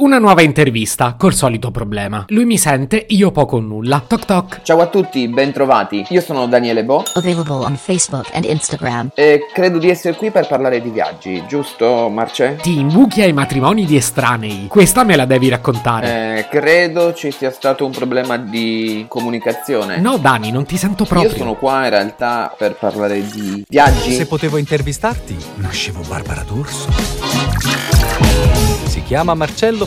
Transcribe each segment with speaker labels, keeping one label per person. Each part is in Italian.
Speaker 1: Una nuova intervista, col solito problema. Lui mi sente, io poco o nulla. Toc toc.
Speaker 2: Ciao a tutti, bentrovati. Io sono Daniele Bo
Speaker 3: Available on Facebook and Instagram.
Speaker 2: e credo di essere qui per parlare di viaggi, giusto Marce?
Speaker 1: Ti imbuchi ai matrimoni di estranei. Questa me la devi raccontare.
Speaker 2: Eh, credo ci sia stato un problema di comunicazione.
Speaker 1: No, Dani, non ti sento
Speaker 2: Eh. Io
Speaker 1: proprio.
Speaker 2: sono qua in realtà per parlare di viaggi.
Speaker 4: Se potevo intervistarti, nascevo Barbara D'Urso. Si chiama Marcello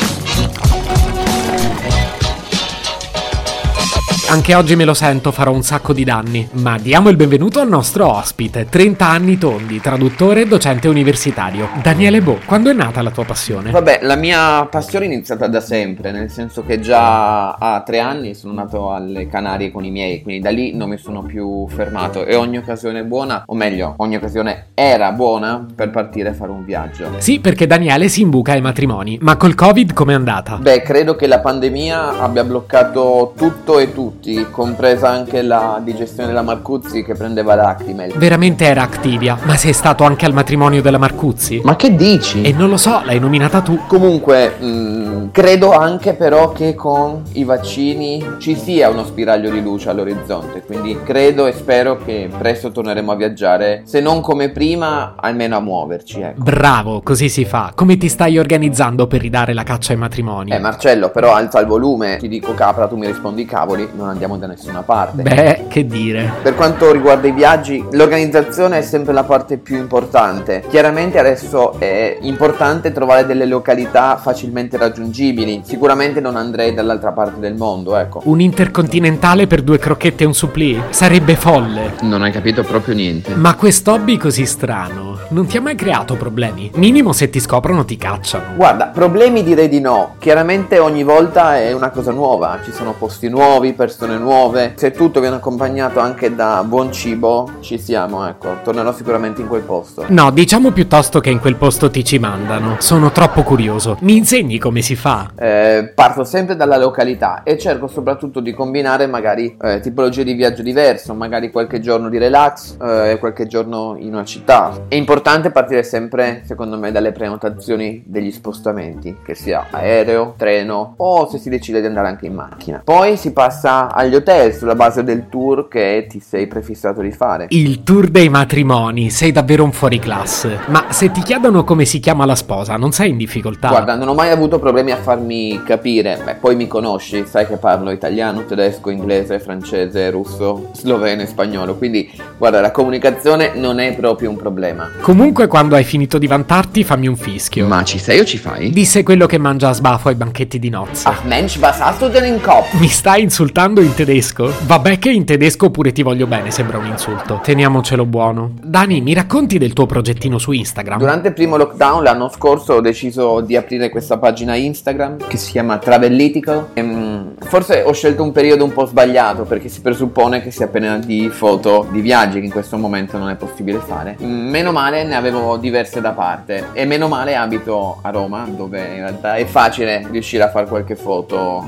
Speaker 1: Anche oggi me lo sento, farò un sacco di danni. Ma diamo il benvenuto al nostro ospite, 30 anni tondi, traduttore e docente universitario. Daniele Bo, quando è nata la tua passione?
Speaker 2: Vabbè, la mia passione è iniziata da sempre, nel senso che già a tre anni sono nato alle Canarie con i miei, quindi da lì non mi sono più fermato e ogni occasione è buona, o meglio, ogni occasione era buona per partire a fare un viaggio.
Speaker 1: Sì, perché Daniele si imbuca ai matrimoni. Ma col Covid com'è andata?
Speaker 2: Beh, credo che la pandemia abbia bloccato tutto e tutti, compresa anche la digestione della Marcuzzi che prendeva Lacrimel.
Speaker 1: Veramente era Activia, ma sei stato anche al matrimonio della Marcuzzi?
Speaker 2: Ma che dici?
Speaker 1: E non lo so, l'hai nominata tu.
Speaker 2: Comunque, mh, credo anche però che con i vaccini ci sia uno spiraglio di luce all'orizzonte, quindi credo e spero che presto torneremo a viaggiare, se non come prima, almeno a muoverci, ecco.
Speaker 1: Bravo, così si fa. Come ti stai organizzando per ridare la caccia ai matrimoni?
Speaker 2: Eh Marcello, però alza il volume, ti dico capra, tu mi rispondi cavoli, non andiamo da nessuna parte.
Speaker 1: Beh, che dire.
Speaker 2: Per quanto riguarda i viaggi, l'organizzazione è sempre la parte più importante. Chiaramente adesso è importante trovare delle località facilmente raggiungibili. Sicuramente non andrei dall'altra parte del mondo, ecco.
Speaker 1: Un intercontinentale per due crocchette e un supplì? Sarebbe folle.
Speaker 2: Non hai capito proprio niente.
Speaker 1: Ma quest'hobby così strano non ti ha mai creato problemi? Minimo se ti scoprono ti cacciano.
Speaker 2: Guarda, problemi direi di no. Chiaramente ogni volta è una cosa nuova, ci sono posti nuovi, persone nuove. Se tutto viene accompagnato anche da buon cibo, ci siamo, ecco. Tornerò sicuramente in quel posto.
Speaker 1: No, diciamo piuttosto che in quel posto ti ci mandano. Sono troppo curioso. Mi insegni come si fa?
Speaker 2: Eh, parto sempre dalla località e cerco soprattutto di combinare magari eh, tipologie di viaggio diverso, magari qualche giorno di relax eh, e qualche giorno in una città. È importante partire sempre, secondo me, dalle prenotazioni degli spostamenti, che sia aereo, treno o se si decide di andare anche in macchina. Poi si passa agli hotel sulla base del tour che ti sei prefissato di fare.
Speaker 1: Il tour dei matrimoni, sei davvero un fuoriclasse. Ma se ti chiedono come si chiama la sposa, non sei in difficoltà.
Speaker 2: Guarda, non ho mai avuto problemi a farmi capire. Beh, poi mi conosci, sai che parlo italiano, tedesco, inglese, francese, russo, sloveno e spagnolo. Quindi, guarda, la comunicazione non è proprio un problema.
Speaker 1: Comunque, quando hai finito di vantarti, fammi un fischio.
Speaker 2: ci sei o ci fai?
Speaker 1: Disse quello che mangia a sbafo ai banchetti di nozze.
Speaker 2: Ach Ah, Mensch, was hast du denn im Kopf?
Speaker 1: Mi stai insultando in tedesco? Vabbè che in tedesco pure ti voglio bene, sembra un insulto. Teniamocelo buono. Dani, mi racconti del tuo progettino su Instagram?
Speaker 2: Durante il primo lockdown l'anno scorso ho deciso di aprire questa pagina Instagram che si chiama Travellitical. Ehm, forse ho scelto un periodo un po' sbagliato perché si presuppone che sia appena di foto di viaggi che in questo momento non è possibile fare. Mm, Meno male ne avevo diverse da parte e meno male abito a Roma dove in realtà è facile riuscire a fare qualche foto.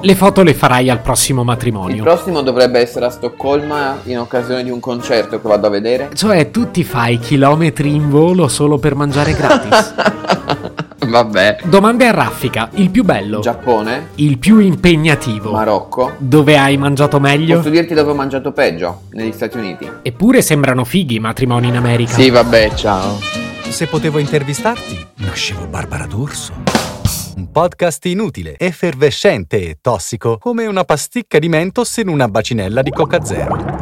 Speaker 1: Le foto le farai al prossimo
Speaker 2: Il
Speaker 1: matrimonio.
Speaker 2: prossimo dovrebbe essere a Stoccolma in occasione di un concerto che vado a vedere.
Speaker 1: Cioè, tu ti fai chilometri in volo solo per mangiare gratis.
Speaker 2: Vabbè.
Speaker 1: Domande a raffica, il più bello,
Speaker 2: Giappone,
Speaker 1: il più impegnativo,
Speaker 2: Marocco.
Speaker 1: dove hai mangiato meglio?
Speaker 2: Posso dirti dove ho mangiato peggio? Negli Stati Uniti.
Speaker 1: Eppure sembrano fighi i matrimoni in America.
Speaker 2: vabbè, ciao.
Speaker 4: Se potevo intervistarti, nascevo Barbara D'Urso. Un podcast inutile, effervescente e tossico, come una pasticca di mentos in una bacinella di Coca Zero.